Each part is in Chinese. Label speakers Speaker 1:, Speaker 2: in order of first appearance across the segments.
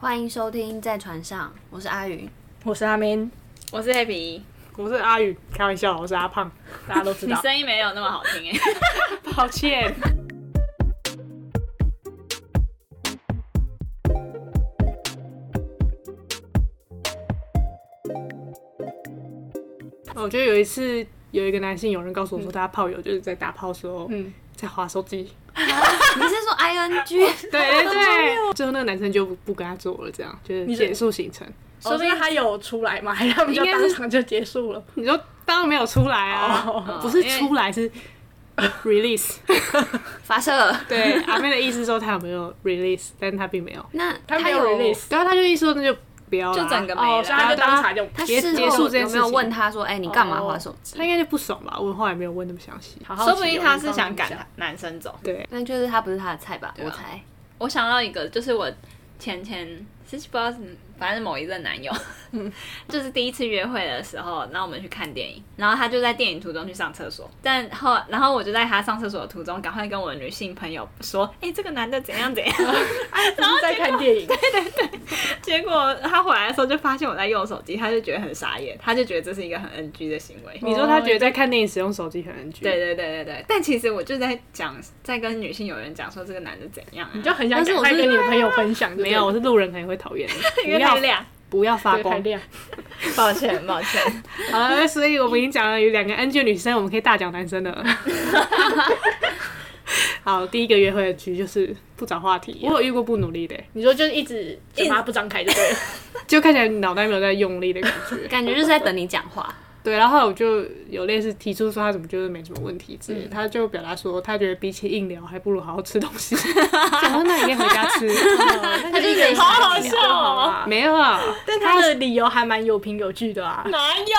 Speaker 1: 欢迎收听《在船上》，我是阿云。
Speaker 2: 我是阿明，
Speaker 3: 我是 E，黑皮，
Speaker 2: 我是阿宇，开玩笑，我是阿胖，大家都知
Speaker 3: 你
Speaker 2: 道。
Speaker 3: 声音没有那么好听 哎、
Speaker 2: 抱歉，
Speaker 4: 哦我觉得有一次有一个男性友人告诉我说，他炮友就是在打炮的时候、
Speaker 2: 嗯，
Speaker 4: 在划手机。
Speaker 1: 你是说 I N G？
Speaker 4: 对对对， 最后那个男生就不不跟他做了，这样就是
Speaker 2: 你是
Speaker 4: 结束行程。
Speaker 2: 说不定他有出来嘛，还让我们就
Speaker 4: 应该是
Speaker 2: 当场就结束了。
Speaker 4: 你说当然没有出来啊，
Speaker 2: 哦
Speaker 4: 不是出来 是 release。
Speaker 1: 发射？
Speaker 4: 对，阿妹的意思是说他有没有 release，但是他并没有。
Speaker 1: 那
Speaker 2: 他没有 release
Speaker 4: 然后他就一说那就不要啦
Speaker 3: 就整个没
Speaker 2: 哦，
Speaker 3: 了。
Speaker 2: 所以他就当场就
Speaker 1: 他
Speaker 4: 结
Speaker 1: 事
Speaker 4: 结
Speaker 1: 后
Speaker 4: 束这件
Speaker 1: 有
Speaker 4: 事
Speaker 1: 没
Speaker 4: 情
Speaker 1: 有问他说：“哎、你干嘛划手机
Speaker 4: 他应该就不爽吧？我后来没有问那么详细。
Speaker 2: 好好奇
Speaker 3: 说
Speaker 2: 哦
Speaker 3: 不定他是想赶男生走。
Speaker 4: 对？”，
Speaker 1: 那就是他不是他的菜吧？我猜。
Speaker 3: 我想到一个，就是我前前是不知道是，反正是某一任男友，嗯 就是第一次约会的时候，然后我们去看电影，然后他就在电影途中去上厕所，但后然后我就在他上厕所的途中，赶快跟我的女性朋友说，哎、这个男的怎样怎 样。
Speaker 2: 不是在看电影，
Speaker 3: 结果他回来的时候就发现我在用手机，他就觉得很傻眼，他就觉得这是一个很 NG 的行为。
Speaker 4: 你说他觉得在看电影使用手机很 NG，
Speaker 3: 对对对对对，但其实我就在讲，在跟女性友人讲说这个男的怎样、啊，
Speaker 2: 你就很想
Speaker 4: 但是
Speaker 2: 赶
Speaker 4: 我
Speaker 2: 快
Speaker 4: 是
Speaker 2: 跟你的朋友分享。
Speaker 4: 没有，我是路人可能会讨厌你，
Speaker 3: 因
Speaker 4: 不
Speaker 3: 为
Speaker 4: 要
Speaker 3: 太亮。
Speaker 4: 不要发
Speaker 2: 对不对太
Speaker 4: 光。
Speaker 2: 亮，
Speaker 3: 抱歉，抱 歉。
Speaker 4: 好了，所以我们已经讲了有两个 NG 的女生，我们可以大讲男生了。好，第一个约会的局就是不找话题。我有遇过不努力的、
Speaker 2: 你说就是一直嘴巴不张开就对了。
Speaker 4: 就看起来脑袋没有在用力的感觉。
Speaker 1: 感觉就是在等你讲话，
Speaker 4: 对，然后后来我就有类似提出说他怎么就是没什么问题之
Speaker 3: 嗯
Speaker 4: 类的，他就表达说他觉得比起硬聊，还不如好好吃东 西。然后那你可以回家吃，
Speaker 1: 他就得
Speaker 2: 好 好
Speaker 1: 笑
Speaker 2: 笑哦。
Speaker 4: 没有啊？
Speaker 2: 但他的理由还蛮有凭有据的啊。
Speaker 3: 哪有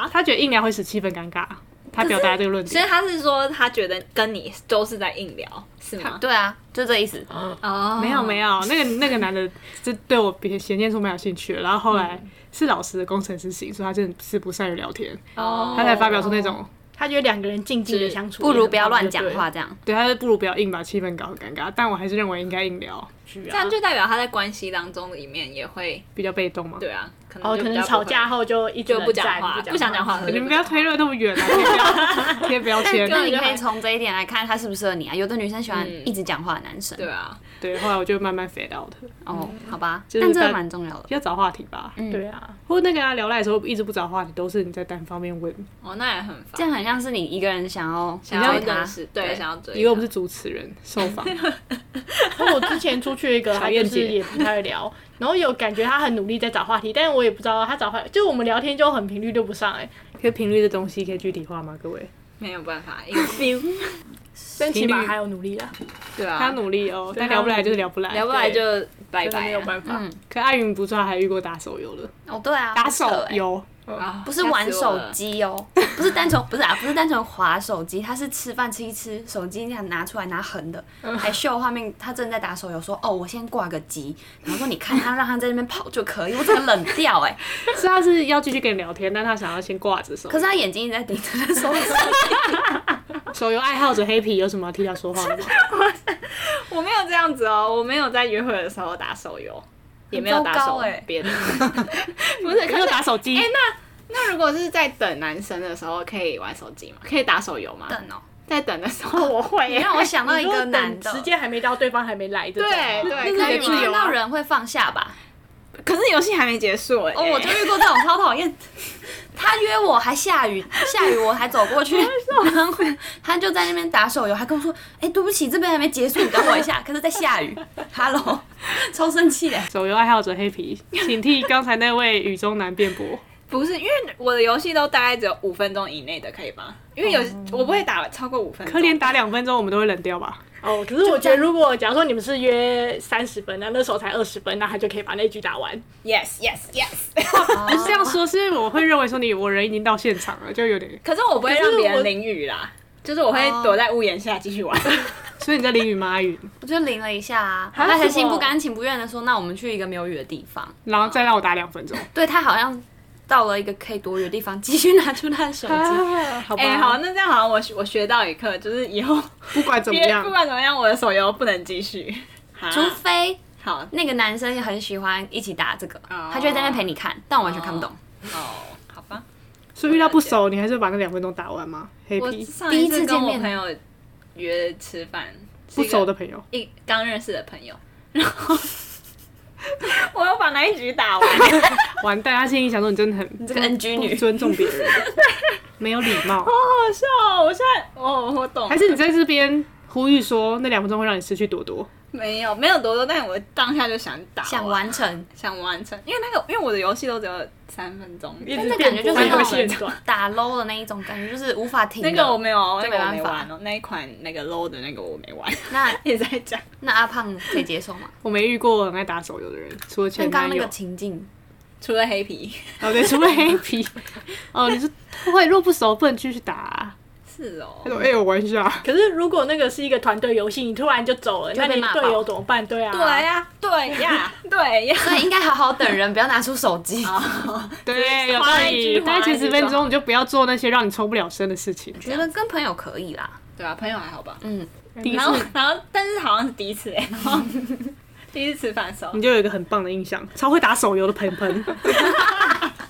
Speaker 3: 啊？
Speaker 4: 他觉得硬聊会使气氛尴尬，他表达这个论
Speaker 3: 所以
Speaker 4: 点。
Speaker 3: 他是说他觉得跟你都是在硬聊，是吗？
Speaker 1: 对啊，就这意思。
Speaker 3: 哦，
Speaker 4: 没有没有，那个那个男的就对我比显现出蛮有兴趣的，然后后来
Speaker 3: 嗯
Speaker 4: 是老师的工程师型，所以他真的是不善于聊天，
Speaker 3: 哦
Speaker 4: 他才发表出那种，
Speaker 2: 他觉得两个人静静的相处，
Speaker 1: 不如不要乱讲话，，这样
Speaker 4: 对，他就不如不要硬把气氛搞很尴尬，但我还是认为应该硬聊
Speaker 2: 这
Speaker 3: 这样就代表他在关系当中里面也会
Speaker 4: 比较被动嘛。
Speaker 3: 对啊，可能
Speaker 2: 哦，
Speaker 3: 就
Speaker 2: 可
Speaker 3: 比
Speaker 2: 能
Speaker 3: 较
Speaker 2: 吵
Speaker 3: 不会
Speaker 2: 架后就一直
Speaker 3: 就不讲
Speaker 2: 冷战
Speaker 3: 话，不想讲话。
Speaker 4: 你们不要推论那么远啊，贴标贴 标
Speaker 1: 那
Speaker 4: 签。
Speaker 1: 你可以从这一点来看他适不适合你啊。有的女生喜欢
Speaker 3: 嗯
Speaker 1: 一直讲话的男生，
Speaker 3: 对啊，
Speaker 4: 对，后来我就慢慢 fade out，了
Speaker 1: 哦，好吧，
Speaker 4: 就是
Speaker 1: 但这个
Speaker 4: 他
Speaker 1: 蛮重要的。嗯
Speaker 4: 要找话题吧。
Speaker 2: 对啊，
Speaker 4: 或那个啊，聊赖的时候一直不找话题，都是你在单方面问。
Speaker 3: 哦，那也很
Speaker 1: 这
Speaker 3: 烦。
Speaker 1: 样很像是你一个人想要
Speaker 3: 想
Speaker 1: 追
Speaker 3: 要
Speaker 1: 他
Speaker 3: 认，识，对，啊想要追他，
Speaker 4: 以为我们是主持人受访，
Speaker 2: 然后我之前出去一 个，
Speaker 4: 小
Speaker 2: 他
Speaker 4: 燕
Speaker 2: 就是
Speaker 4: 姐
Speaker 2: 也不太会聊，然后有感觉他很努力在找话题，但是我也不知道他找话，就是我们聊天就很频率对不上哎、
Speaker 4: 可是频率的东西可以具体化吗？各位，
Speaker 3: 没有办法，一个 feel，
Speaker 2: 但起
Speaker 4: 频
Speaker 2: 码
Speaker 4: 率
Speaker 2: 还有努力啊，
Speaker 3: 对
Speaker 4: 他
Speaker 3: 啊，
Speaker 4: 努力哦，
Speaker 2: 对
Speaker 4: 但聊不来就是聊不来。
Speaker 3: 聊不来就拜
Speaker 2: 真的
Speaker 3: 拜
Speaker 2: 没有办
Speaker 3: 啊，
Speaker 1: 嗯
Speaker 2: 法。
Speaker 4: 可阿云不错，还遇过打手游的，
Speaker 1: 哦，对啊，
Speaker 4: 打
Speaker 1: 很扯
Speaker 4: 手
Speaker 1: 欸
Speaker 4: 游
Speaker 3: 啊
Speaker 1: 不是
Speaker 3: 吓死
Speaker 1: 玩
Speaker 3: 我
Speaker 1: 手
Speaker 3: 了
Speaker 1: 机哦，不是单纯不是啊，不是单纯划手机，他是吃饭吃一吃，手机这样拿出来拿横的，还秀画面，他正在打手游，说哦我先挂个机，然后说你看他让他在那边跑就可以，我整个冷掉 哎、
Speaker 4: 是他是要继续跟你聊天，但他想要先挂着手
Speaker 1: 可。是他眼睛一直在盯着他手机，
Speaker 4: 手游爱好者黑皮有什么要替他说话的吗？
Speaker 3: 我没有这样子哦，我没有在约会的时候打手游，也没有打
Speaker 1: 糟
Speaker 3: 手
Speaker 1: 糕欸
Speaker 3: 别的，不是。可
Speaker 4: 没有
Speaker 3: 是
Speaker 4: 打手机
Speaker 3: 哎、，那那如果是在等男生的时候，可以玩手机吗？可以打手游吗？
Speaker 1: 等哦，
Speaker 3: 在等的时候我会
Speaker 1: 哎你
Speaker 3: 耶、
Speaker 1: 让我想到一
Speaker 2: 你说
Speaker 1: 个
Speaker 2: 等
Speaker 1: 男的
Speaker 2: 时，间还没到，对方还没来，对
Speaker 3: 对对，可
Speaker 1: 可啊
Speaker 3: 以
Speaker 1: 以
Speaker 3: 吗
Speaker 1: 你看到人会放下吧？
Speaker 3: 可是游戏还没结束哎、
Speaker 1: 哦，我就遇过这种超讨厌。 他约我还下雨，下雨我还走过去，然后 他就在那边打手游，还跟我说：“哎、对不起，这边还没结束，你等我一下。”可是，在下 雨，Hello，超生气的。
Speaker 4: 手游爱好者黑皮，请替刚才那位雨中男辩驳。
Speaker 3: 不是因为我的游戏都大概只有五分钟以内的，可以吗？因为有、
Speaker 1: 哦
Speaker 3: 我不会打超过五分钟。
Speaker 4: 可怜打两分钟，我们都会冷掉吧？
Speaker 2: 哦，可是我觉得如果假如说你们是约三十分，那那时候才二十分，那他就可以把那局打完。
Speaker 3: ，yes yes yes。 哦
Speaker 4: 这样说是因为我会认为说你我人已经到现场了，就有点。
Speaker 3: 可是我不会
Speaker 2: 可是
Speaker 3: 让别
Speaker 2: 我
Speaker 3: 人淋雨啦，就是我会
Speaker 1: 哦
Speaker 3: 躲在屋檐下继 续玩。
Speaker 4: 所以你在淋雨吗？阿云，
Speaker 1: 我就淋了一下啊，
Speaker 2: 啊
Speaker 1: 他才
Speaker 2: 什么
Speaker 1: 心不甘情不愿的说：“那我们去一个没有雨的地方。
Speaker 4: 然后再让我打两分钟。”
Speaker 1: 对他好像到了一个可以躲雨的地方，继续拿出他的手机。
Speaker 4: 好吧，
Speaker 3: 哎、好，那这样好像我学我学到一课，就是以后
Speaker 4: 不管怎么
Speaker 3: 别
Speaker 4: 样
Speaker 3: 不，管怎么样，我的手游不能继续。哈
Speaker 1: 除非
Speaker 3: 好
Speaker 1: 那个男生也很喜欢一起打这个，
Speaker 3: 哦
Speaker 1: 他就会在那边陪你看，但我完全看不懂。
Speaker 3: 哦，好吧。
Speaker 4: 所以遇到不熟，你还是把那两分钟打完吗？黑
Speaker 3: 我
Speaker 4: 皮
Speaker 3: 上
Speaker 1: 第
Speaker 3: 一
Speaker 1: 一次
Speaker 3: 次跟
Speaker 1: 见
Speaker 3: 我
Speaker 1: 面
Speaker 3: 朋友约吃饭，是
Speaker 4: 不
Speaker 3: 一个
Speaker 4: 熟的朋友，
Speaker 3: 一刚认识的朋友，然后 我又把那一局打完，
Speaker 4: 完蛋！他心里想说你真的很
Speaker 1: 你这个 NG
Speaker 4: 不
Speaker 1: 女，
Speaker 4: 尊重别人，没有礼貌。
Speaker 3: 好笑哦！我现在哦，我懂
Speaker 4: 还是你在这边呼吁说那两分钟会让你失去朵朵？
Speaker 3: 没有没有多多，但我当下就想打，
Speaker 1: 想完成，
Speaker 3: 想完成，因为那个因为我的游戏都只有三分钟，
Speaker 4: 一
Speaker 1: 但
Speaker 4: 直
Speaker 1: 那感觉就是
Speaker 4: 变
Speaker 1: 那
Speaker 4: 游戏很
Speaker 1: 种
Speaker 4: 短。
Speaker 1: 打 low 的那一种感觉，就是无法停的。
Speaker 3: 那个我没有，
Speaker 1: 这
Speaker 3: 那
Speaker 1: 没
Speaker 3: 个
Speaker 1: 办
Speaker 3: 我
Speaker 1: 法
Speaker 3: 没玩哦，那一款那个 low 的那个我没玩，
Speaker 1: 那
Speaker 3: 也在讲。
Speaker 1: 那阿胖可以接受吗？
Speaker 4: 我没遇过很爱打手游的人，除了
Speaker 1: 像
Speaker 4: 前
Speaker 1: 刚
Speaker 4: 男
Speaker 1: 刚那
Speaker 4: 友
Speaker 1: 个，情境，
Speaker 3: 除了黑皮，
Speaker 4: 哦对，除了黑皮。哦，你是会若不熟不能继续 打啊。
Speaker 3: 是哦
Speaker 4: 他，说：“哎，我玩一下。
Speaker 2: 可是如果那个是一个团队游戏，你突然就走了，
Speaker 1: 就
Speaker 2: 那
Speaker 1: 被
Speaker 2: 你
Speaker 1: 骂
Speaker 2: 队友
Speaker 1: 爆
Speaker 2: 怎么办？对啊，
Speaker 3: 对呀，对呀， 对呀，
Speaker 1: 所以应该好好等人，不要拿出手机。”
Speaker 3: 啊哦
Speaker 4: 对，有道
Speaker 3: 划一
Speaker 4: 理。
Speaker 3: 句
Speaker 4: 大概
Speaker 3: 划一
Speaker 4: 前
Speaker 3: 句
Speaker 4: 十分
Speaker 3: 就
Speaker 4: 钟你就不要做那些让你抽不了身的事情。
Speaker 1: 觉得跟朋友可以啦，
Speaker 3: 对啊，朋友还好吧？
Speaker 1: 嗯，
Speaker 4: 第一
Speaker 3: 然后
Speaker 4: 次
Speaker 3: 然后，但是好像是第一次 哎，然后第一次吃饭的时 候
Speaker 4: 你就有一个很棒的印象，超会打手游的盆盆。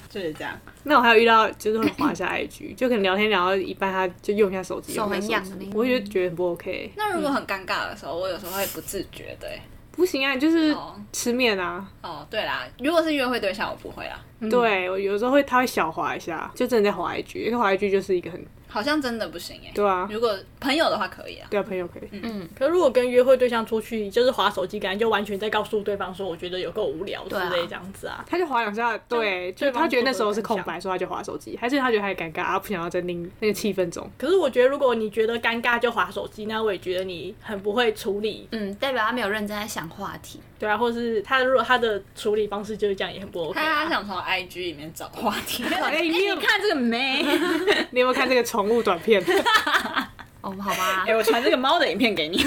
Speaker 3: 就是这样，
Speaker 4: 那我还有遇到，就是会滑一下 IG，就可能聊天聊到一半，他就用一下手机，
Speaker 1: 手很
Speaker 4: 用一下
Speaker 1: 痒
Speaker 4: 手
Speaker 1: 的
Speaker 4: 机
Speaker 1: 那种
Speaker 4: 我就觉得很不 OK。
Speaker 3: 那如果很尴尬的时候，我有时候会不自觉的欸。
Speaker 4: 不行啊，你就是
Speaker 3: 哦
Speaker 4: 吃面啊。
Speaker 3: 哦，对啦，如果是约会对象，我不会啊啦，
Speaker 2: 嗯
Speaker 1: 嗯
Speaker 4: 对，我有时候会他会小滑一下，就真的在滑 IG，因为滑 IG 就是一个很
Speaker 3: 好像真的不行哎。
Speaker 4: 对啊，
Speaker 3: 如果朋友的话可以啊，
Speaker 4: 对啊，朋友可以。
Speaker 2: 可是如果跟约会对象出去，就是划手机，感觉就完全在告诉对方说，我觉得有够无聊之
Speaker 1: 对啊
Speaker 2: 类这样子啊。
Speaker 4: 他就滑两下，对，就
Speaker 2: 对方
Speaker 4: 他觉得那时候是
Speaker 2: 不会
Speaker 4: 空
Speaker 2: 有
Speaker 4: 白，所以他就滑手机，还是他觉得他很尴尬，啊他不想要再拎那个气氛 中。
Speaker 2: 可是我觉得，如果你觉得尴尬就划手机，那我也觉得你很不会处理，
Speaker 1: 嗯，代表他没有认真在想话题。
Speaker 2: 对啊，或是他如果他的处理方式就是这样，也很不 OK
Speaker 3: 他
Speaker 2: 啊、
Speaker 3: 想从 IG 里面找话题。
Speaker 4: 哎，
Speaker 3: 哎
Speaker 4: 你有
Speaker 3: 你看这个没？
Speaker 4: 你有没有看这个宠物短片？
Speaker 1: 哦，好 吧
Speaker 3: 哎，，我传这个猫的影片 给你。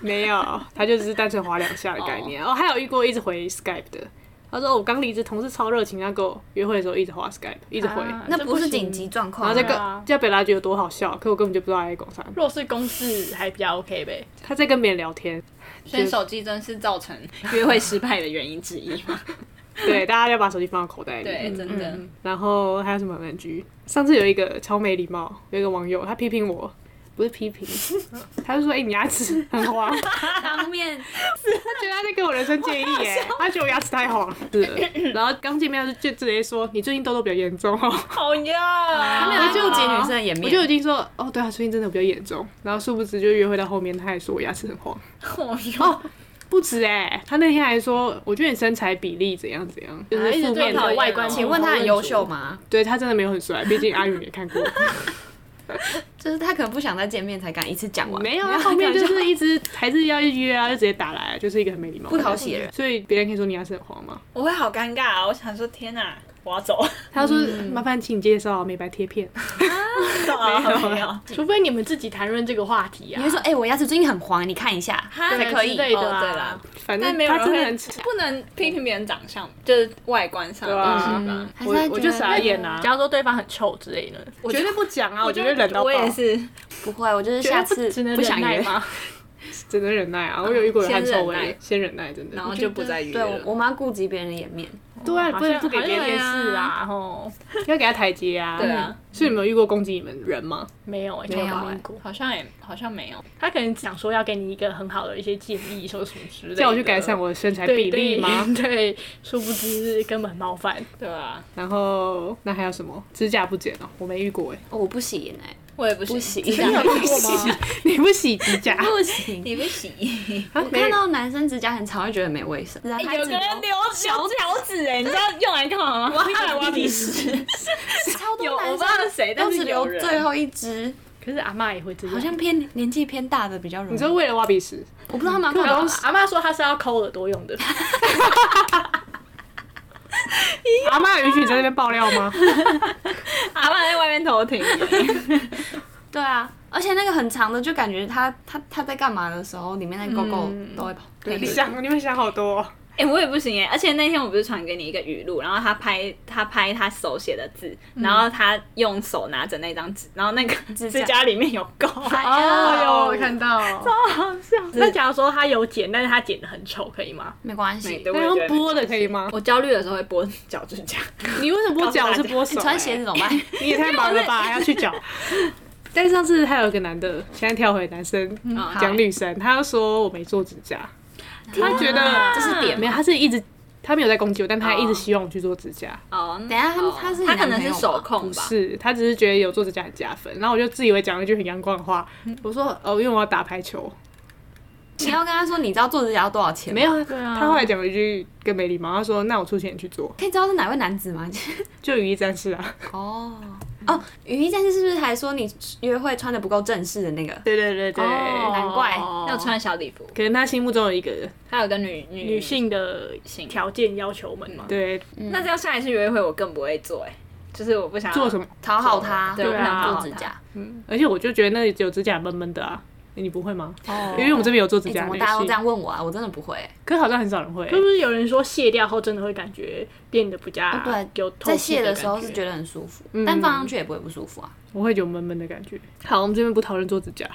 Speaker 4: 没有，他就只是单纯滑两下的概念。哦，还有遇过一直回 Skype 的，他说哦我刚离职，同事超热情，他跟我约会的时候一直滑 Skype，一直回，
Speaker 2: 啊
Speaker 1: 那
Speaker 2: 这
Speaker 1: 不是
Speaker 2: 行
Speaker 1: 紧急状
Speaker 4: 然
Speaker 1: 况
Speaker 4: 后
Speaker 1: 啊。
Speaker 4: 再
Speaker 2: 个
Speaker 4: 跟
Speaker 2: 对啊
Speaker 4: 叫北拉觉得多好笑，可我根本就不知道他在讲啥，
Speaker 2: 若是公事还比较 OK 呗。
Speaker 4: 他在跟别人聊天。
Speaker 3: 所以手机真是造成约会失败的原因之一嘛？嗯
Speaker 4: 对，大家要把手机放到口袋里。嗯
Speaker 3: 对，真的。
Speaker 4: 然后还有什么 NG？上次有一个超没礼貌，有一个网友他批评我，不是批评，他就说：“哎、你牙齿很黄。”
Speaker 1: 当面
Speaker 4: 他觉得他在给我人生建议耶，他觉得我牙齿太黄。是的，然后刚见面他就就直接说：“你最近痘痘比较严重哦。”
Speaker 3: 好呀
Speaker 1: 他没有在纠
Speaker 3: 啊
Speaker 1: 结女生的颜面，
Speaker 4: 我就已经说，哦，对啊，最近真的比较严重。然后殊不知，就约会到后面，他还说我牙齿很黄，
Speaker 3: 好哟，
Speaker 4: 不止哎、他那天还说，我觉得你身材比例怎样怎样，就是
Speaker 2: 一直
Speaker 4: 负
Speaker 2: 对
Speaker 4: 面
Speaker 2: 你
Speaker 4: 的。
Speaker 2: 的外观，
Speaker 1: 请问他很优秀？吗？
Speaker 4: 对他真的没有很帅，毕竟阿宇也 看过，
Speaker 1: 就是他可能不想再见面才敢一次讲完，
Speaker 4: 没有，他啊后面就是一直还是要一约啊，就直接打来，就是一个很没礼貌、
Speaker 1: 不讨喜的人。
Speaker 4: 所以别人可以说你牙齿很黄吗？
Speaker 3: 我会好尴尬啊！我想说，天哪，我要 走。哦
Speaker 4: 他说、麻烦请介绍美白贴片，
Speaker 3: 没有，
Speaker 2: 除非你们自己谈论这个话题啊。
Speaker 1: 你会说，哎、我牙齿最近很黄，你看一下才可以
Speaker 2: 之。类的
Speaker 3: 哦
Speaker 2: 啊
Speaker 3: 对啦，
Speaker 4: 反
Speaker 3: 但
Speaker 4: 正
Speaker 3: 没有
Speaker 4: 他
Speaker 3: 人
Speaker 4: 真的
Speaker 3: 会
Speaker 4: 很扯。
Speaker 3: 不能批评别人长相，就是外观上的
Speaker 4: 对啊
Speaker 3: 东西吧
Speaker 4: 嗯
Speaker 1: 还是
Speaker 4: 我
Speaker 1: 他觉得
Speaker 4: 我就傻眼啊！
Speaker 2: 假如说对方很臭之类的，
Speaker 4: 我绝对不讲啊！我绝对忍到爆，
Speaker 3: 我也是，
Speaker 1: 不会，我就是下次
Speaker 2: 只能
Speaker 1: 不想
Speaker 2: 忍耐
Speaker 1: 约。
Speaker 2: 吗？
Speaker 4: 只能忍耐啊！我有遇过有汗臭
Speaker 3: 先忍
Speaker 4: 味
Speaker 3: 耐，
Speaker 4: 先忍耐，真的。
Speaker 3: 然后就不再约
Speaker 1: 对，
Speaker 3: 了。
Speaker 1: 我我们要顾及别人的颜面。
Speaker 4: 对啊，
Speaker 2: 好
Speaker 4: 不能
Speaker 2: 像
Speaker 4: 不给别人
Speaker 2: 好像也
Speaker 4: 面
Speaker 3: 啊
Speaker 2: 是啊，吼，
Speaker 4: 要给他台阶啊。
Speaker 3: 对啊，
Speaker 4: 所以你们有遇过攻击你们人吗？
Speaker 2: 没有哎，
Speaker 1: 没有
Speaker 2: 遇
Speaker 1: 欸
Speaker 2: 过。
Speaker 3: 好像也好像没有，
Speaker 2: 他可能想说要给你一个很好的一些建议，说什么之类的，
Speaker 4: 叫我去改善我的身材比例吗？
Speaker 2: 嗯对， 对对殊不知根本冒犯。
Speaker 3: 对啊，
Speaker 4: 然后那还有什么？指甲不剪哦，我没遇过哎。
Speaker 1: 哦我不行哎、
Speaker 3: 我也不行，
Speaker 1: 不行
Speaker 3: 指甲也
Speaker 2: 遇过吗？
Speaker 4: 你不洗指甲？
Speaker 1: 不 行。
Speaker 3: 你不行，
Speaker 4: 啊
Speaker 1: 我
Speaker 4: 没
Speaker 1: 看
Speaker 4: 人
Speaker 1: 到男生指甲很长，会觉得很没卫生。指甲太
Speaker 3: 哎有
Speaker 1: 直
Speaker 3: 个
Speaker 1: 了
Speaker 3: 人留小脚趾哎，你知道用来干嘛吗？挖挖鼻屎。
Speaker 1: 超
Speaker 3: 有
Speaker 1: 多
Speaker 3: 我
Speaker 1: 男
Speaker 3: 不知
Speaker 1: 生
Speaker 3: 道是谁，但
Speaker 1: 都
Speaker 3: 是
Speaker 1: 只留
Speaker 3: 有人嗯
Speaker 1: 最后一只，
Speaker 2: 可是阿嬷也会这样，
Speaker 1: 好像偏年纪偏大的比较容易。
Speaker 4: 你说为了挖鼻屎，
Speaker 1: 我不知道他们
Speaker 2: 阿
Speaker 1: 要
Speaker 2: 阿嬷说她是要抠耳朵用 的，
Speaker 4: 阿妈允许你在那边爆料吗？
Speaker 3: 阿爸在外面偷听，
Speaker 1: 对啊，而且那个很长的，就
Speaker 3: 嗯
Speaker 1: 感觉他他他在干嘛的时候，里面那个狗狗都会跑。
Speaker 4: 你想你们想好多哦。
Speaker 3: 哎、我也不行哎、而且那天我不是传给你一个语录，然后他拍他拍他手写的字，然后他用手拿着那张纸，然后那个
Speaker 1: 指甲
Speaker 3: 嗯指甲里面有垢，
Speaker 1: 哎呦
Speaker 4: 哦，有看到，
Speaker 2: 那假如说他有剪，但是他剪的很丑，可以吗？
Speaker 1: 没关
Speaker 3: 美
Speaker 1: 系。
Speaker 3: 的我
Speaker 4: 那
Speaker 3: 也觉
Speaker 4: 用
Speaker 3: 得嗯
Speaker 4: 剥的可以吗？
Speaker 3: 我焦虑的时候会剥脚趾 甲，
Speaker 4: 你为什么剥脚是剥
Speaker 1: 你
Speaker 4: 手、
Speaker 1: 穿鞋子
Speaker 4: 欸
Speaker 1: 怎 么办？
Speaker 4: 你也太忙了吧，还要去脚。但上次还有一个男的，现在跳回男生
Speaker 3: 好
Speaker 4: 讲女生，他说我没做指甲，他觉得
Speaker 1: 这是点
Speaker 4: 没有，他是一直他没有在攻击我，但他
Speaker 3: 哦
Speaker 4: 一直希望我去做指甲。
Speaker 3: 哦，
Speaker 1: 等一下他
Speaker 3: 哦
Speaker 1: 他是你
Speaker 3: 他可
Speaker 1: 男
Speaker 3: 能
Speaker 1: 朋
Speaker 3: 是
Speaker 1: 友
Speaker 3: 手
Speaker 1: 吧
Speaker 3: 控
Speaker 4: 不
Speaker 3: 吧，
Speaker 4: 是，他只是觉得有做指甲很加分，然后我就自以为讲了一句很阳光的话，我说哦，因为我要打排球，
Speaker 1: 你要跟他说，你知道做指甲要多少钱吗？
Speaker 4: 没有，
Speaker 2: 啊
Speaker 4: 他后来讲了一句更没礼貌，他说那我出钱去做，
Speaker 1: 可以知道是哪位男子 吗？
Speaker 4: 就羽翼战士啊，
Speaker 1: 哦哦，雨衣战士是不是还说你约会穿的不够正式的那个？
Speaker 4: 对对对对，
Speaker 2: 哦
Speaker 1: 难怪
Speaker 3: 他有穿小礼服，
Speaker 4: 可能他心目中有一个
Speaker 3: 他有跟
Speaker 4: 哦
Speaker 3: 女女
Speaker 2: 女，性的条件要求们嘛。
Speaker 4: 对
Speaker 3: 那这样下一次约会我更不会做哎、就是我不想
Speaker 4: 做什么，
Speaker 1: 讨好他，
Speaker 3: 对
Speaker 1: 我不想
Speaker 2: 对啊
Speaker 1: 做指甲。
Speaker 4: 而且我就觉得那有指甲闷闷的啊，你不会吗？
Speaker 1: 哦
Speaker 4: 因为我们这边有做指
Speaker 1: 哎
Speaker 4: 甲
Speaker 1: 怎
Speaker 4: 的
Speaker 1: 么
Speaker 4: 女
Speaker 1: 大家都这
Speaker 4: 性，
Speaker 1: 样问我啊？我真的不会。
Speaker 4: 可是好像很少人会，
Speaker 2: 是不是有人说卸掉后真的会感觉变得比较
Speaker 1: 哦对
Speaker 2: 有透
Speaker 1: 在
Speaker 2: 气
Speaker 1: 卸的时候是
Speaker 2: 得
Speaker 1: 觉得很舒服，但放上去也不会不舒服啊。
Speaker 4: 我会有闷闷的感觉。好，我们这边不讨论做指甲，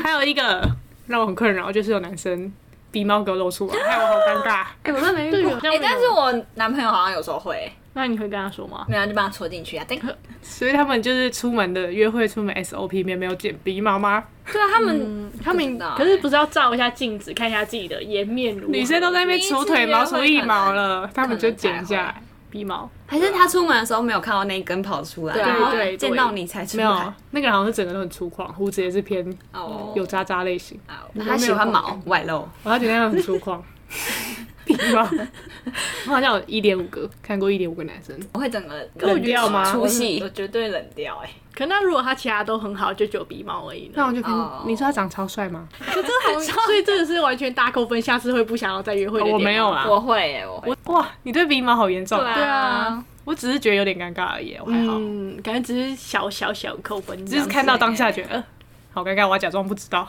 Speaker 4: 还有一个让我很困扰就是有男生鼻毛给我露出来，害我好尴尬。
Speaker 1: 哎，我真没
Speaker 2: 对，有这
Speaker 3: 哎、
Speaker 2: 样没有
Speaker 3: 但是我男朋友好像有时候会、欸
Speaker 2: 那你会跟他说吗？
Speaker 3: 没有就把他戳进去啊，但
Speaker 4: 所以他们就是出门的约会，出门 SOP 里面没有剪鼻毛吗？
Speaker 3: 对啊，他们、
Speaker 2: 他
Speaker 3: 不
Speaker 2: 们
Speaker 3: 知道
Speaker 2: 可是不是要照一下镜子，看一下自己的颜面如何？
Speaker 4: 女生都在那边除腿毛、除腋毛了，他们就剪下来鼻毛。
Speaker 1: 还是他出门的时候没有看到那一根跑出来，
Speaker 3: 对啊
Speaker 1: 然后
Speaker 2: 对对
Speaker 1: 见到你才出
Speaker 4: 没有
Speaker 1: 来。，
Speaker 4: 那个人好像是整个都很粗犷，胡子也是偏
Speaker 3: 哦
Speaker 4: 有渣渣类型，
Speaker 3: 好
Speaker 1: 他喜欢毛外露，
Speaker 4: 我他觉得他很粗犷。鼻毛，我好像有一点五个，看过一点五个男生，
Speaker 3: 我会整个
Speaker 4: 我冷掉吗
Speaker 3: 出
Speaker 1: 出戏
Speaker 3: 戏，我绝对冷掉哎、
Speaker 2: 可那如果他其他都很好，就只有鼻毛而已
Speaker 4: 那
Speaker 2: 呢？
Speaker 4: 我就看
Speaker 3: 哦
Speaker 4: 你说他长超帅吗？
Speaker 2: 所以这个是完全大扣分，下次会不想要再约会的点
Speaker 4: 哦我
Speaker 2: 吗
Speaker 4: 没有啦，
Speaker 3: 我会哎、我会。
Speaker 4: 哇，你对鼻毛好严重，
Speaker 3: 对啊，
Speaker 4: 我只是觉得有点尴尬而已，我还好，
Speaker 2: 嗯，感觉只是小小小扣分这
Speaker 4: 只
Speaker 2: 样
Speaker 4: 是
Speaker 2: 子，
Speaker 4: 看到当下觉得呃好尴尬，我要假装不知道。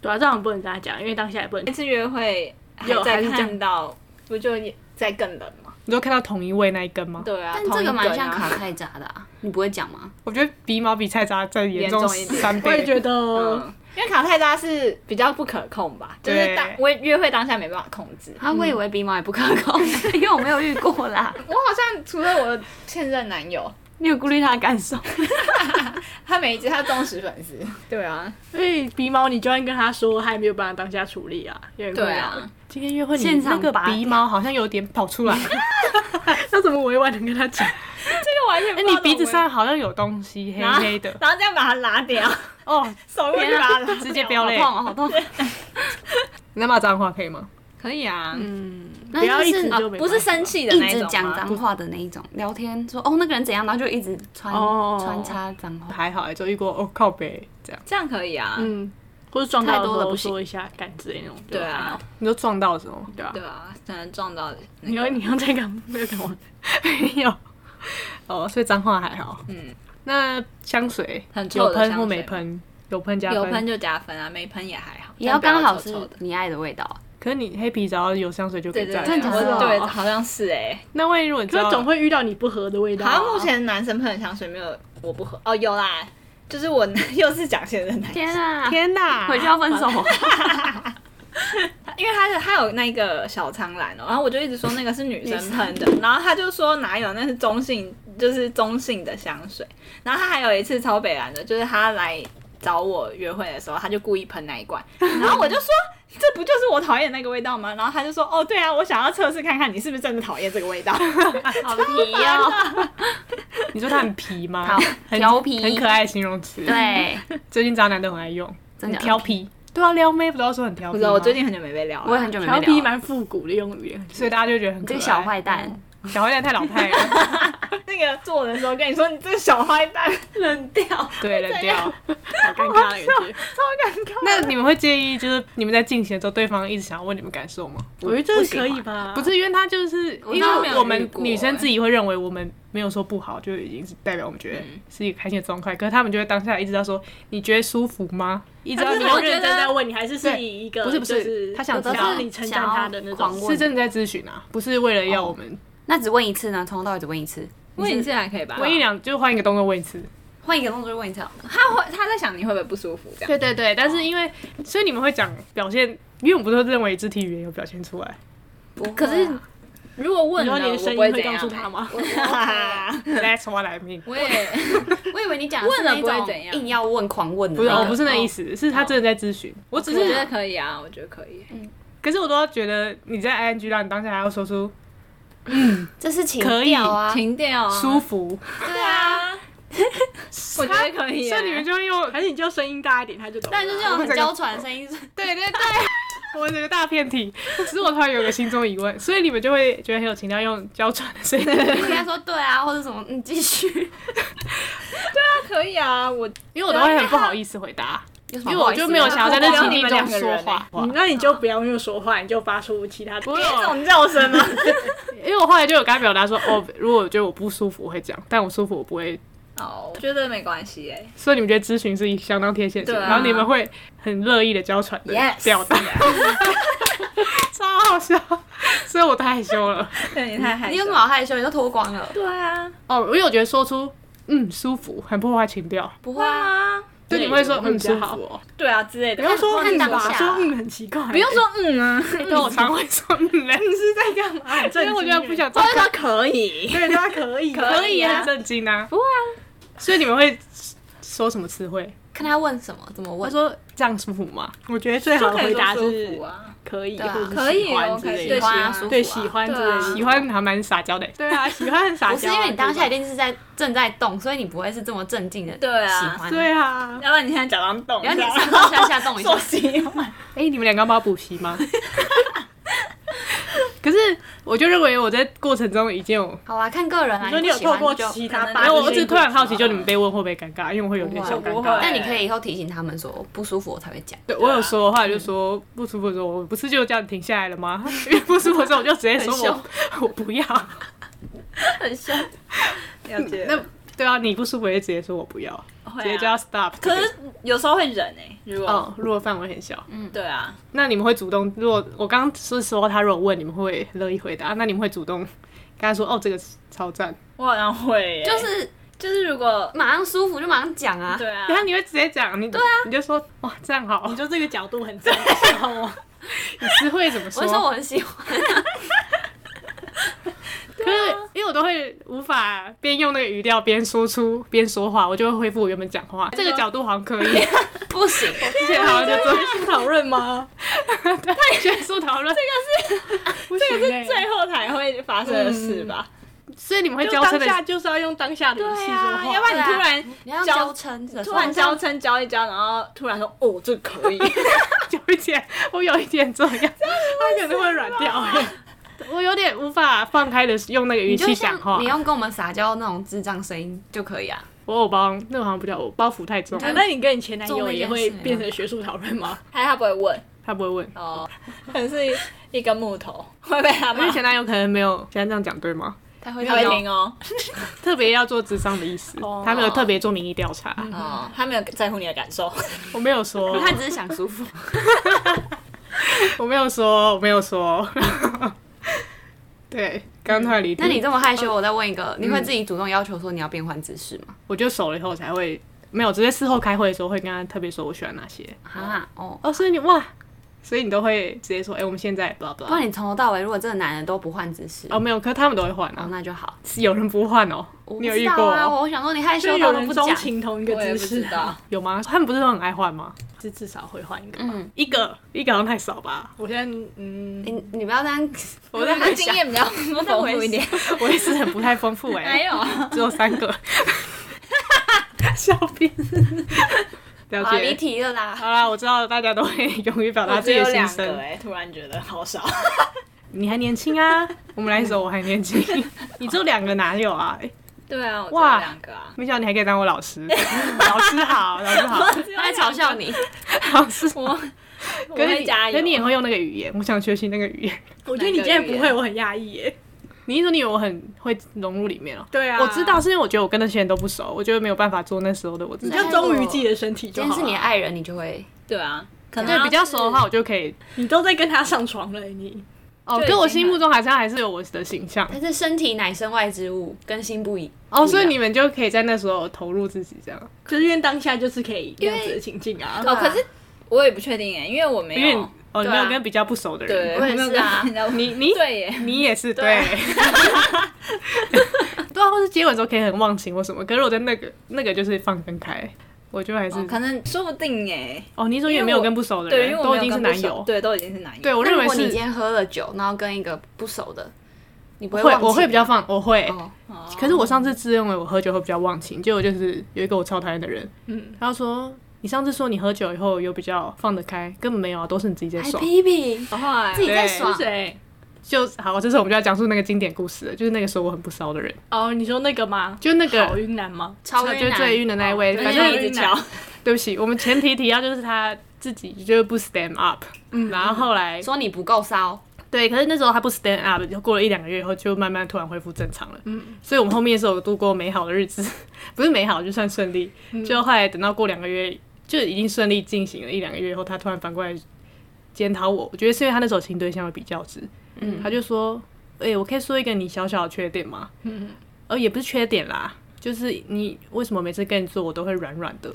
Speaker 2: 对啊，这样不能跟他讲，因为当下也不能
Speaker 3: 每。次约会还
Speaker 2: 有还
Speaker 3: 在
Speaker 2: 是这样
Speaker 3: 看到，不就也在更冷吗？
Speaker 4: 你都看到同一位那一根吗？
Speaker 3: 对啊，
Speaker 1: 但这个
Speaker 3: 同一
Speaker 1: 蛮
Speaker 3: 根
Speaker 1: 像
Speaker 3: 啊
Speaker 1: 卡泰扎的啊，你不会讲吗？
Speaker 4: 我觉得鼻毛比菜渣再严重
Speaker 3: 严重一点
Speaker 4: 三
Speaker 2: 我也
Speaker 4: 倍。
Speaker 2: 觉得，
Speaker 3: 嗯，因为卡泰拉是比较不可控吧，就是
Speaker 4: 对
Speaker 3: 当我约会当下没办法控制。
Speaker 1: 啊，我以为鼻毛也不可控， 因为我没有遇过啦。
Speaker 3: 我好像除了我现任男友，
Speaker 1: 你有顾虑他的感受？
Speaker 3: 他每一集他忠实粉丝。对啊，
Speaker 2: 因为哎鼻毛你就算跟他说，他也没有办法当下处理啊，有点困
Speaker 3: 对
Speaker 2: 扰。
Speaker 3: 啊，
Speaker 4: 今天约会，你
Speaker 1: 现
Speaker 4: 那
Speaker 1: 场
Speaker 4: 个
Speaker 1: 拔
Speaker 4: 鼻毛好像有点跑出来，哎
Speaker 2: 那怎么委婉的跟他讲？
Speaker 3: 这个完全
Speaker 4: 哎，
Speaker 3: 不知道
Speaker 4: 你
Speaker 3: 怎么
Speaker 4: 鼻子上好像有东西黑
Speaker 3: 然后
Speaker 4: 黑的
Speaker 3: 然后这样把它拉掉，
Speaker 4: 哦，
Speaker 3: 手过去把它拉掉
Speaker 4: 直接飙
Speaker 1: 好
Speaker 4: 泪
Speaker 1: 痛。哦，好痛！
Speaker 4: 你那骂脏话可以吗？
Speaker 3: 可以啊，
Speaker 1: 那
Speaker 2: 不要一
Speaker 1: 就
Speaker 2: 直
Speaker 1: 是
Speaker 2: 就没
Speaker 3: 不是
Speaker 2: 办法
Speaker 3: 生气的
Speaker 1: 一
Speaker 3: 那
Speaker 1: 直
Speaker 3: 种
Speaker 1: 讲
Speaker 3: 吗
Speaker 1: 脏话的那一种，聊天说哦那个人怎样，然后就一直穿
Speaker 2: 哦
Speaker 1: 穿插脏话。
Speaker 4: 还好欸，就遇过哦靠北这样。
Speaker 3: 这样可以啊。
Speaker 2: 嗯，或者撞到
Speaker 1: 太多了
Speaker 2: 的时候
Speaker 1: 不行
Speaker 2: 说一下感之类那种。
Speaker 3: 对
Speaker 2: 吧
Speaker 3: 啊，，
Speaker 4: 你都撞到的时候，
Speaker 2: 对啊
Speaker 3: 对。啊，可能撞到那
Speaker 2: 你要
Speaker 3: 个。
Speaker 2: 你要再干嘛？没有干嘛？
Speaker 4: 没有。哦，所以脏话还好。
Speaker 3: 嗯，
Speaker 4: 那香水
Speaker 3: 很臭
Speaker 4: 有
Speaker 3: 的
Speaker 4: 喷
Speaker 3: 香
Speaker 4: 或
Speaker 3: 水
Speaker 4: 没喷，有喷加
Speaker 3: 有
Speaker 4: 分
Speaker 3: 喷。就加分啊，没喷也还好，
Speaker 1: 也要刚好
Speaker 3: 但不要臭臭
Speaker 1: 是
Speaker 3: 的
Speaker 1: 你爱的味道，啊
Speaker 4: 可是你黑皮只要有香水就可
Speaker 3: 对
Speaker 4: 以
Speaker 3: 对
Speaker 4: 再
Speaker 3: 对，
Speaker 1: 真的假的
Speaker 3: 我对，好像是哎，
Speaker 4: 那万一如果你知
Speaker 2: 可
Speaker 4: 道
Speaker 2: 总会遇到你不合的味道
Speaker 3: 好
Speaker 2: 啊。
Speaker 3: 像目前男生喷的香水没有我不喝哦，有啦，就是我又是讲现任男友，
Speaker 1: 天啊！
Speaker 4: 天哪，
Speaker 1: 回去要分手，
Speaker 3: 啊因为他的他有那个小苍兰哦，然后我就一直说那个是女生喷的，然后他就说哪有，那是中性，就是中性的香水。然后他还有一次超北蓝的，就是他来找我约会的时候，他就故意喷那一罐，然后我就说。这不就是我讨厌的那个味道吗？然后他就说：“哦，对啊，我想要测试看看你是不是真的讨厌这个味道。
Speaker 1: 好皮哦。
Speaker 4: 你说他很皮吗？
Speaker 1: 好
Speaker 4: 很
Speaker 1: 调皮
Speaker 4: 很可爱的形容词。，
Speaker 1: 对，
Speaker 4: 最近渣男都很爱用，
Speaker 1: 真
Speaker 4: 很
Speaker 1: 的
Speaker 4: 调，皮。对啊，撩妹不都说很”调
Speaker 3: 不
Speaker 4: 皮
Speaker 3: 知
Speaker 4: 吗？
Speaker 3: 道，我最近很久没被撩了。
Speaker 1: 我也很久没
Speaker 2: 调
Speaker 1: 被
Speaker 2: 皮
Speaker 1: 聊了。
Speaker 2: 蛮复古的用语，
Speaker 4: 所以大家就觉得很
Speaker 1: 你这
Speaker 4: 可爱。
Speaker 1: 个小坏蛋，
Speaker 4: 小坏蛋太老派了。
Speaker 3: 那个做的时候跟你说你这个小坏蛋，
Speaker 1: 嗯
Speaker 3: 冷掉，
Speaker 4: 对，冷掉，好尴
Speaker 3: 好
Speaker 4: 尬的
Speaker 3: 笑
Speaker 4: 感觉。
Speaker 3: 超尴尬。
Speaker 4: 那你们会介意，就是你们在进行的时候，对方一直想要问你们感受吗？
Speaker 2: 我觉得这个可以吧？
Speaker 4: 不，是，因为他就是
Speaker 1: 我
Speaker 4: 因
Speaker 1: 倒没
Speaker 4: 为
Speaker 1: 有
Speaker 4: 我
Speaker 1: 遇
Speaker 4: 们
Speaker 1: 过
Speaker 4: 女生
Speaker 1: 欸
Speaker 4: 自己会认为我们没有说不好，就已经是代表我们觉得是一个开心的状态。可是他们就会当下一直在说：“你觉得舒服吗？”一直
Speaker 2: 他
Speaker 4: 要
Speaker 2: 啊是
Speaker 4: 你
Speaker 2: 很
Speaker 1: 觉
Speaker 2: 认真
Speaker 1: 得
Speaker 2: 在问你，还是是
Speaker 4: 对
Speaker 2: 以一个
Speaker 4: 不是不是
Speaker 2: 就是
Speaker 4: 他想
Speaker 2: 知
Speaker 4: 知
Speaker 2: 道
Speaker 4: 道
Speaker 2: 你称赞他的那
Speaker 1: 想要狂
Speaker 2: 种
Speaker 1: 问
Speaker 4: 是真的在咨询啊，不是为了要我们
Speaker 1: 那只问一次呢？从头到尾只问一次，
Speaker 3: 问
Speaker 1: 你
Speaker 3: 一
Speaker 1: 是
Speaker 3: 次还可以吧？
Speaker 4: 问一两，就换一个动作问一次。
Speaker 1: 换一个动作问一次好了。
Speaker 3: 他会他在想你会不会不舒服这样。
Speaker 4: 对对对，但是因为所以你们会讲表现，因为我们不是认为肢体语言有表现出来，
Speaker 1: 可是
Speaker 3: 如果
Speaker 2: 你
Speaker 3: 问
Speaker 2: 说
Speaker 3: 了，
Speaker 2: 你的
Speaker 3: 我
Speaker 2: 声
Speaker 3: 不
Speaker 2: 音
Speaker 3: 怎
Speaker 2: 会告
Speaker 3: 样啊
Speaker 2: 诉他？吗？
Speaker 4: That's what I mean。
Speaker 3: 我 也
Speaker 1: 我以为你讲的是
Speaker 3: 问了
Speaker 1: 那
Speaker 3: 不会
Speaker 1: 种
Speaker 3: 怎样
Speaker 1: 硬要问狂问的，
Speaker 4: 不是，我不
Speaker 1: 是。
Speaker 4: 是那意思，是他真的在咨询。我只
Speaker 3: 我觉
Speaker 4: 是
Speaker 3: 得，可以啊，我觉得可以。
Speaker 4: 可是我都要觉得你在 ing 让你当下还要说出
Speaker 1: 这是情
Speaker 4: 可以
Speaker 1: 调啊，
Speaker 3: 停掉啊，
Speaker 4: 舒服，
Speaker 1: 对啊，
Speaker 3: 我觉得可以
Speaker 4: 所
Speaker 3: 啊。
Speaker 4: 以你们就会用
Speaker 2: 还是你就声音大一点，他就懂了。
Speaker 1: 但就是那种很娇喘的声音，
Speaker 4: 对对对， 我整个大片体。只是我突然有个心中疑问，所以你们就会觉得很有情调，用娇喘的 声音。
Speaker 1: 应该说对啊，或者什么，嗯，继续。
Speaker 3: 可以啊，我
Speaker 4: 因为我都会很不好意思回答，
Speaker 1: 因
Speaker 4: 因为我就没有想要在那情境中说话。
Speaker 2: 你那你就啊不要用说话，你就发出其他的
Speaker 4: 不是
Speaker 2: 这
Speaker 4: 我
Speaker 2: 种叫声
Speaker 3: 啊
Speaker 2: 吗？欸
Speaker 4: 因为我后来就有跟他表达说，哦，如果我觉得我不舒服，我会讲，但我舒服我不会。
Speaker 3: 哦，我觉得没关系哎。
Speaker 4: 所以你们觉得咨询是相当贴现实，
Speaker 3: 对啊
Speaker 4: 然后你们会很乐意的娇喘的
Speaker 1: Yes
Speaker 4: 表达超好笑。所以我太害羞了。
Speaker 3: 对你太害羞，
Speaker 1: 你有什么好害羞？你都脱光了，
Speaker 3: 对啊，
Speaker 4: 哦，因为我觉得说出嗯舒服很破坏情调，
Speaker 1: 不会
Speaker 3: 会
Speaker 1: 啊，
Speaker 3: 啊，
Speaker 4: 就你们会说
Speaker 2: 对我会
Speaker 4: 嗯
Speaker 2: 比较
Speaker 4: 舒
Speaker 2: 好
Speaker 4: 服哦。
Speaker 3: 对啊之类的。
Speaker 2: 不要说
Speaker 1: 看
Speaker 2: 嗯
Speaker 1: 当
Speaker 2: 吧，
Speaker 1: 下
Speaker 2: 说嗯很奇怪，不
Speaker 3: 不用说嗯啊，
Speaker 4: 但我常会说嗯嘞，
Speaker 2: 是在干嘛？啊很
Speaker 4: 所
Speaker 2: 震
Speaker 4: 以欸
Speaker 2: 惊
Speaker 4: 我觉得不想
Speaker 3: 我
Speaker 4: 做
Speaker 3: 会说可以，
Speaker 2: 对他可以，
Speaker 3: 可以啊
Speaker 4: 很震惊啊。
Speaker 3: 不会啊，
Speaker 4: 所以你们会说什么词汇？
Speaker 1: 看他问什么，怎么
Speaker 4: 他
Speaker 1: 问。
Speaker 4: 说这样舒服吗？
Speaker 2: 我觉得最好的回答
Speaker 3: 就可以说舒
Speaker 2: 是
Speaker 3: 服啊
Speaker 2: 可以，
Speaker 1: 对啊
Speaker 2: 或者是
Speaker 3: 可以
Speaker 2: 喜欢
Speaker 3: 哦，
Speaker 2: 之
Speaker 3: 可
Speaker 2: 类
Speaker 3: 以，
Speaker 2: 的
Speaker 1: 喜欢啊
Speaker 3: 喜
Speaker 1: 舒服
Speaker 2: 对喜欢之类
Speaker 3: 对
Speaker 2: 的
Speaker 3: 啊
Speaker 2: 喜
Speaker 4: 喜
Speaker 2: 欢。
Speaker 4: 欢还蛮撒娇的欸。
Speaker 2: 对啊，喜欢很撒娇啊。
Speaker 1: 不是因为你当下一
Speaker 2: 对吧
Speaker 1: 定是在正在动，所以你不会是这么镇静的
Speaker 3: 对啊
Speaker 1: 喜欢。
Speaker 2: 对啊，
Speaker 3: 要不然你现在假装动，
Speaker 1: 然后你上上下下动一 下
Speaker 3: 说，喜欢，
Speaker 4: 哎、你们两个要帮我补习吗？可是我就认为我在过程中已经有，
Speaker 1: 好啊，看个人啊。
Speaker 2: 你说你
Speaker 1: 不
Speaker 2: 有
Speaker 1: 喜
Speaker 2: 透
Speaker 1: 欢
Speaker 2: 过
Speaker 1: 就
Speaker 2: 其他
Speaker 3: 可能
Speaker 2: 八
Speaker 4: 没
Speaker 2: 个
Speaker 4: 有，
Speaker 2: 人，
Speaker 4: 我只是突然好奇，就你们被问会不会尴尬？因为我会有点小尴
Speaker 3: 不会啊
Speaker 4: 尬。
Speaker 1: 但你可以以后提醒他们说，不舒服我才会讲。
Speaker 4: 对我有说的话就说不舒服的时候，我不是就这样停下来了吗？ 因为不舒服的时候我就直接说我我不要。
Speaker 3: 很像，了解
Speaker 4: 那对啊，你不舒服就直接说我不要，
Speaker 3: 那
Speaker 2: 啊
Speaker 4: 直接就要 stop。
Speaker 3: 可是有时候会忍哎，如果
Speaker 4: 啊哦，如果范围很小，
Speaker 3: 对啊，
Speaker 4: 那你们会主动？如果我刚刚是说他如果问，你们会乐意回答，那你们会主动跟他说哦，这个超赞。
Speaker 3: 我好像会欸，
Speaker 1: 就是
Speaker 3: 就是如果
Speaker 1: 马上舒服就马上讲啊。
Speaker 3: 对啊
Speaker 4: 然，后你会直接讲，你对啊，你就说哇这样好
Speaker 2: 你，就这个角度 很正，知道吗？
Speaker 4: 你词汇怎么
Speaker 1: 我
Speaker 4: 说？
Speaker 1: 会说我很喜欢，
Speaker 4: 可是
Speaker 2: 啊
Speaker 4: 因为我都会无法边用那个语调边说出边说话，我就会恢复我原本讲话这个角度好像 可以，
Speaker 1: 不行，
Speaker 4: 之前好像就做
Speaker 2: 是讨 论吗？
Speaker 4: 学术讨论，
Speaker 2: 这个是最
Speaker 3: 最后才会发生的事吧？
Speaker 4: 欸所以你们会
Speaker 2: 就
Speaker 4: 交车
Speaker 2: 当
Speaker 4: 的
Speaker 2: 下就是要用当下的语
Speaker 4: 嗯
Speaker 2: 气说话，
Speaker 3: 要不然你
Speaker 1: 对啊
Speaker 3: 突然
Speaker 1: 你要
Speaker 3: 交
Speaker 1: 娇嗔的时
Speaker 3: 突
Speaker 1: 候，
Speaker 3: 然交嗔交一交，然后突然说哦，这可以，
Speaker 4: 有一点，我有一点这样，
Speaker 2: 他可能会软掉。
Speaker 4: 我有点无法放开的用那个语
Speaker 1: 你
Speaker 4: 气
Speaker 1: 就
Speaker 4: 讲
Speaker 1: 像
Speaker 4: 话
Speaker 1: 你。用跟我们撒娇那种智障声音就可以啊。
Speaker 4: 我有包，那个好像不叫我包袱太重，
Speaker 2: 那你跟你前男友也会变
Speaker 1: 啊
Speaker 2: 成学术讨 论吗？
Speaker 3: 还他不会问
Speaker 4: 他不会问。
Speaker 3: 哦，可能是一根木头 会被他
Speaker 4: 因
Speaker 3: 骂
Speaker 4: 为，前男友可能没有现在这样讲对吗？
Speaker 1: 他会
Speaker 3: 他会听哦，
Speaker 4: 特别要做智商的意思，
Speaker 1: 哦
Speaker 4: 他没有特别做民意调查，
Speaker 1: 嗯
Speaker 3: 哦，他没有在乎你的感受，
Speaker 4: 我没有 说，
Speaker 1: 他只是想舒服。
Speaker 4: 我没有说，我没有说。 对，刚突然离题，
Speaker 1: 那你这么害羞，我再问一个，你会自己主动要求说你要变换姿势吗？
Speaker 4: 我就熟了以后才会没有，直接事后开会的时候会跟他特别说我喜欢哪些。
Speaker 1: 啊，哦，
Speaker 4: 哦，所以你哇，所以你都会直接说，哎、我们现在 blah
Speaker 1: 不然
Speaker 4: blah。
Speaker 1: 你从头到尾，如果这个男人都不换姿势，
Speaker 4: 哦，没有，可是他们都会换
Speaker 1: 哦，
Speaker 4: 啊，
Speaker 1: 那就好。
Speaker 4: 是有人不换哦
Speaker 1: 我，不
Speaker 4: 你有遇
Speaker 1: 知道
Speaker 4: 过、
Speaker 1: 啊，
Speaker 4: 哦？
Speaker 1: 我想说你害
Speaker 2: 就
Speaker 1: 羞
Speaker 2: 有
Speaker 1: 到都
Speaker 2: 人
Speaker 1: 不
Speaker 2: 钟
Speaker 1: 讲，
Speaker 2: 情同一个
Speaker 3: 我也
Speaker 2: 姿
Speaker 3: 不
Speaker 2: 势
Speaker 3: 知道
Speaker 2: 啊，。
Speaker 4: 有吗？他们不是都很爱换吗？
Speaker 2: 至至少会换一个吧。
Speaker 1: 嗯，
Speaker 4: 一个一个好像太少 吧，
Speaker 2: 我现在嗯，
Speaker 1: 你 你不要这样，
Speaker 4: 我在
Speaker 3: 他
Speaker 4: 很
Speaker 3: 经
Speaker 4: 想，
Speaker 3: 验比较丰富一点，
Speaker 4: 我也是很不太丰富哎、
Speaker 3: 没有
Speaker 4: 只有三个， 笑屁，了
Speaker 1: 啊，离
Speaker 4: 解。
Speaker 1: 题了啦。
Speaker 4: 好啦，我知道大家都会勇于表达
Speaker 3: 我
Speaker 4: 自
Speaker 3: 只
Speaker 4: 己的
Speaker 3: 有
Speaker 4: 心
Speaker 3: 两个
Speaker 4: 声。
Speaker 3: 哎，突然觉得好少，
Speaker 4: 你还年轻啊，我们来一首《我还年轻》，你只有两个哪有啊？哎
Speaker 3: 对啊，我只有
Speaker 4: 哇
Speaker 3: 两个啊，
Speaker 4: 没想到你还可以当我老 师，老师好，老师好，
Speaker 1: 他在嘲笑你，
Speaker 4: 老师好。
Speaker 3: 我
Speaker 4: 可是
Speaker 3: 会
Speaker 4: 你
Speaker 3: 加油。
Speaker 4: 可是你也会用那个语言，我想学习那个语言。
Speaker 2: 我觉得你
Speaker 3: 哪个
Speaker 2: 竟然不
Speaker 3: 语
Speaker 2: 会，
Speaker 3: 言
Speaker 2: 我很压抑耶。
Speaker 4: 你一说你以为我很会融入里面哦、
Speaker 2: 对啊，
Speaker 4: 我知道，，是因为我觉得我跟那些人都不熟，我觉得没有办法做那时候的我自
Speaker 2: 你
Speaker 4: 己。
Speaker 2: 就忠于自己的身体
Speaker 1: 今
Speaker 2: 就
Speaker 1: 天
Speaker 2: 好
Speaker 1: 是你啊的
Speaker 2: 了。
Speaker 1: 爱人，你就会
Speaker 3: 对啊，可能
Speaker 4: 对
Speaker 3: 要
Speaker 4: 比较熟的话，
Speaker 3: 是，
Speaker 4: 我就可以
Speaker 2: 你都在跟他上床了耶，你
Speaker 4: 哦，
Speaker 3: 就已
Speaker 4: 跟我
Speaker 3: 经
Speaker 4: 心目
Speaker 3: 很
Speaker 4: 中好像还是有我的形象
Speaker 1: 但是身体乃身外之物，跟心不一。
Speaker 4: 哦，所以
Speaker 1: 不一样
Speaker 4: 你们就可以在那时候投入自己这样。
Speaker 2: 就是因为当下就是可以这样子
Speaker 3: 因
Speaker 2: 的
Speaker 3: 为
Speaker 2: 情境啊。
Speaker 3: 哦，可是我也不确定哎，因为我没
Speaker 4: 因为你
Speaker 3: 有，
Speaker 4: 哦，你
Speaker 1: 对啊
Speaker 4: 没有跟比较不熟的
Speaker 3: 对，
Speaker 4: 人，
Speaker 1: 我也是啊
Speaker 3: 没有跟
Speaker 4: 你你
Speaker 3: 对耶，
Speaker 4: 你也是 对，对啊，或是接吻的时候可以很忘情或什么，可是我在那个那个就是放分开，我觉得还是
Speaker 3: 哦可能说不定哎，
Speaker 4: 哦，你说也
Speaker 3: 因为
Speaker 4: 没有
Speaker 3: 我
Speaker 4: 跟不熟的
Speaker 3: 对，因
Speaker 4: 人
Speaker 3: 为，我
Speaker 4: 都
Speaker 3: 没
Speaker 4: 已
Speaker 3: 有
Speaker 4: 经是
Speaker 3: 跟不
Speaker 4: 男
Speaker 3: 熟
Speaker 4: 友，
Speaker 3: 对，都已经是男友，
Speaker 4: 对我
Speaker 1: 那
Speaker 4: 认
Speaker 1: 如
Speaker 4: 为
Speaker 1: 果你今
Speaker 4: 是
Speaker 1: 天喝了酒，然后跟一个不熟的，你不会
Speaker 4: 会
Speaker 1: 忘记
Speaker 4: 我会比较放我会，
Speaker 1: 哦，
Speaker 3: 哦
Speaker 4: 可是我上次自认为我喝酒会比较忘情，结果就是有一个我超讨厌的人，
Speaker 2: 嗯，
Speaker 4: 他说你上次说你喝酒以后有比较放得开，根本没有啊，都是你自己在
Speaker 1: 还
Speaker 4: 爽。
Speaker 1: 批评
Speaker 3: 然后来
Speaker 1: 哎自己在
Speaker 4: 对
Speaker 1: 爽，
Speaker 2: 谁？
Speaker 4: 就好，这次我们就要讲述那个经典故事了，就是那个时候我很不骚的人，
Speaker 2: 哦，你说那个吗？
Speaker 4: 就那
Speaker 2: 好
Speaker 4: 个
Speaker 2: 晕男吗？
Speaker 1: 超
Speaker 4: 就
Speaker 1: 越
Speaker 4: 是最晕的那一位，
Speaker 2: 对
Speaker 4: 反
Speaker 2: 那
Speaker 4: 正
Speaker 2: 个
Speaker 3: 一直
Speaker 2: 晕啊
Speaker 3: 敲，
Speaker 4: 对不起，我们前提提要就是他自己就是不 stand up，
Speaker 2: 嗯
Speaker 4: 然后后来
Speaker 1: 说你不够骚，
Speaker 4: 对，可是那时候他不 stand up，就过了一两个月以后，就慢慢突然恢复正常了。
Speaker 2: 嗯，
Speaker 4: 所以我们后面是有度过美好的日子， 不是美好就算顺利。
Speaker 1: 嗯
Speaker 4: 就后来等到过两个月，就已经顺利进行了一两个月以后，他突然反过来检讨我，我觉得是因为他那时候情对象有比较值，
Speaker 1: 嗯
Speaker 4: 他就说：“哎、我可以说一个你小小的缺点吗？”
Speaker 2: 嗯，
Speaker 4: 呃，也不是缺点啦。就是你为什么每次跟你做我都会软软的？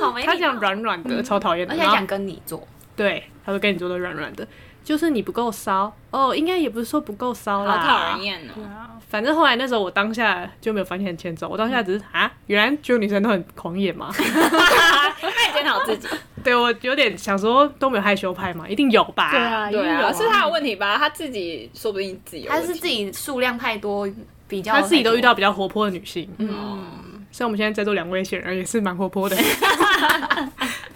Speaker 1: 好没礼貌
Speaker 4: 他讲，软软的，超讨厌的。
Speaker 1: 哎嗯而且
Speaker 4: 然后
Speaker 1: 还想跟你做，
Speaker 4: 对，他说跟你做的软软的，就是你不够骚哦，应该也不是说不够
Speaker 1: 啊
Speaker 4: 骚
Speaker 3: 好
Speaker 4: 啦，
Speaker 3: 讨人。厌哦。
Speaker 4: 反正后来那时候我当下就没有 发现很欠揍，我当下只是啊，原来只有女生都很狂野嘛。
Speaker 3: 他也检讨自己，
Speaker 4: 对我有点想说都没有害羞派嘛，一定有吧？
Speaker 2: 对啊，
Speaker 3: 对
Speaker 2: 一定有
Speaker 3: 啊，是他的问题吧？他自己说不定自己有
Speaker 1: 他
Speaker 3: 问题，
Speaker 1: 是自己数量太多，比较
Speaker 4: 他自己都遇
Speaker 1: 太
Speaker 4: 到比较活泼的女性，嗯，所以我们现在在座两位显然也是蛮活泼 的。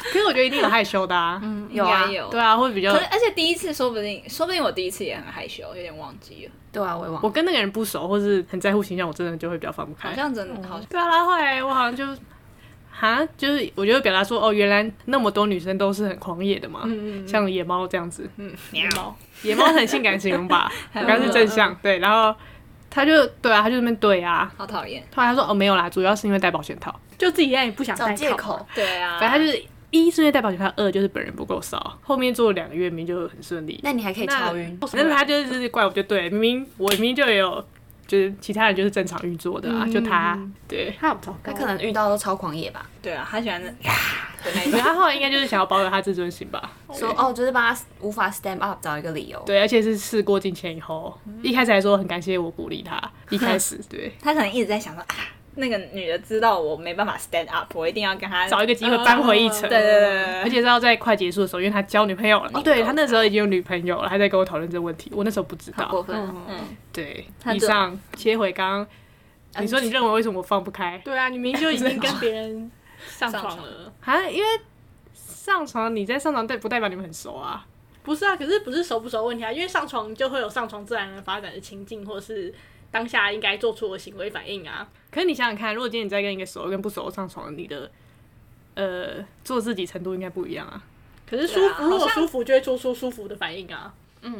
Speaker 4: 可是我觉得一定有害羞的啊，
Speaker 1: 多
Speaker 3: 应
Speaker 1: 有啊
Speaker 3: 该，有
Speaker 4: 对。啊，会比较
Speaker 3: 可是，而且第一次说不定，说不定我第一次也很害羞，有点忘记
Speaker 4: 嗯
Speaker 3: 了，
Speaker 1: 对啊，我也忘
Speaker 4: 我
Speaker 1: 了，
Speaker 4: 跟那个人不熟或是很在乎形象，我真的就会比较放不开
Speaker 3: 好。像真的好像
Speaker 4: 对啊，然后后来我好像就，哈，就是我就会表达说，哦，原来那么多女生都是很狂野的嘛，
Speaker 2: 嗯嗯嗯
Speaker 4: 像野猫这样子，
Speaker 3: 喵，
Speaker 4: 野猫很性感形容吧，我刚刚是正向，对，然后他就对啊，他就在那边对啊，
Speaker 3: 好讨厌。
Speaker 4: 后来他说哦没有啦，主要是因为戴保险套，
Speaker 2: 就自己也不想
Speaker 1: 找
Speaker 2: 戴
Speaker 1: 借
Speaker 2: 套
Speaker 1: 口，
Speaker 3: 对啊，
Speaker 4: 嗯反正他就是一是因为戴保险套，二就是本人不够骚，后面做了两个月明明就很顺利，
Speaker 1: 那你还可以超晕，
Speaker 4: 反正他就是怪我就对，明明我明明就有。就是其他人就是正常运作的啊，就他
Speaker 2: 嗯
Speaker 4: 对，
Speaker 2: 他好糟
Speaker 1: 他
Speaker 2: 糕
Speaker 1: 可能遇到都超狂野吧，
Speaker 3: 对啊，他喜欢的的那一
Speaker 4: 所以
Speaker 3: 种。
Speaker 4: 他后来应该就是想要保有他自尊心吧。
Speaker 1: 说哦，就是帮他无法 stand up 找一个理由，
Speaker 4: 对，而且是事过境迁以后，一开始还说很感谢我鼓励他，一开始 对，
Speaker 3: 他可能一直在想说啊，那个女的知道我没办法 stand up，我一定要跟她
Speaker 4: 找一个机会扳回一城。
Speaker 3: 对对对
Speaker 4: 而
Speaker 3: 对对，
Speaker 4: 且是要在快结束的时候，因为他交女朋友嗯了，哦，对他那时候已经有女朋友了，还在跟我讨论这个问题，我那时候不知
Speaker 1: 好
Speaker 4: 道
Speaker 1: 过。分哦，
Speaker 3: 嗯，
Speaker 4: 对，嗯
Speaker 3: 他
Speaker 4: 以
Speaker 3: 就
Speaker 4: 上切回刚刚，你说你认为为什么我放不开？
Speaker 2: 对啊，你明明就已经跟别人上床 了，
Speaker 4: 啊，因为上床你在上床代不代表你们很熟啊？
Speaker 2: 不是啊？可是不是熟不熟的问题啊？因为上床就会有上床自然而发展的情境，或是当下应该做出的行为反应啊。
Speaker 4: 可是你想想看，如果今天你在跟一个熟跟不熟上床，你的呃做自己程度应该不一样啊。
Speaker 2: 可是舒
Speaker 3: 对啊
Speaker 2: 服，如果
Speaker 3: 好像
Speaker 2: 舒服就会做出舒服的反应啊。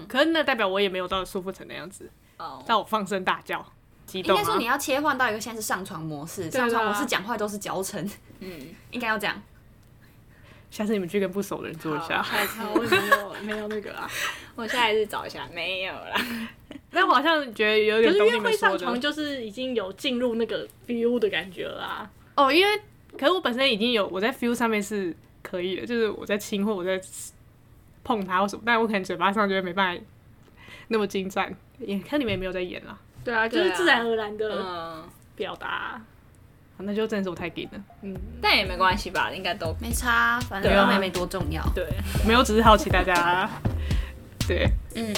Speaker 4: 可是那代表我也没有到舒服成那样子，
Speaker 3: 哦，
Speaker 4: 让我放声大叫，激
Speaker 1: 应
Speaker 4: 动、啊。
Speaker 1: 该说你要切换到一个现在是上床模式，
Speaker 2: 对啊
Speaker 1: 上床模式讲话都是矫情，
Speaker 3: 嗯，
Speaker 1: 应该要这样，
Speaker 4: 下次你们去跟不熟的人做一下。
Speaker 3: 好
Speaker 2: 啊，我也没有没有那个 啊。
Speaker 3: 我下一次找一下，没有啦。
Speaker 4: 但我好像觉得有
Speaker 2: 可
Speaker 4: 点
Speaker 2: 是
Speaker 4: 懂
Speaker 2: 约
Speaker 4: 你们
Speaker 2: 会上
Speaker 4: 说
Speaker 2: 床
Speaker 4: 的
Speaker 2: 就是已经有进入那个 feel 的感觉了啊。
Speaker 4: 哦，因为可是我本身已经有我在 feel 上面是可以的，就是我在亲或我在碰它或什么，但我可能嘴巴上就会没办法那么精湛。也看你们也没有在演啦，
Speaker 2: 对啊，就
Speaker 3: 对
Speaker 2: 是
Speaker 3: 啊
Speaker 2: 自然而然的
Speaker 3: 嗯，
Speaker 2: 表达。
Speaker 4: 好那就真的是我太 gay 了。
Speaker 2: 嗯，
Speaker 3: 但也没关系吧，应该都
Speaker 1: 没差啊，反
Speaker 4: 对啊
Speaker 1: 正妹妹多重要，
Speaker 2: 对。
Speaker 4: 没有，只是好奇大家。对，
Speaker 1: 嗯，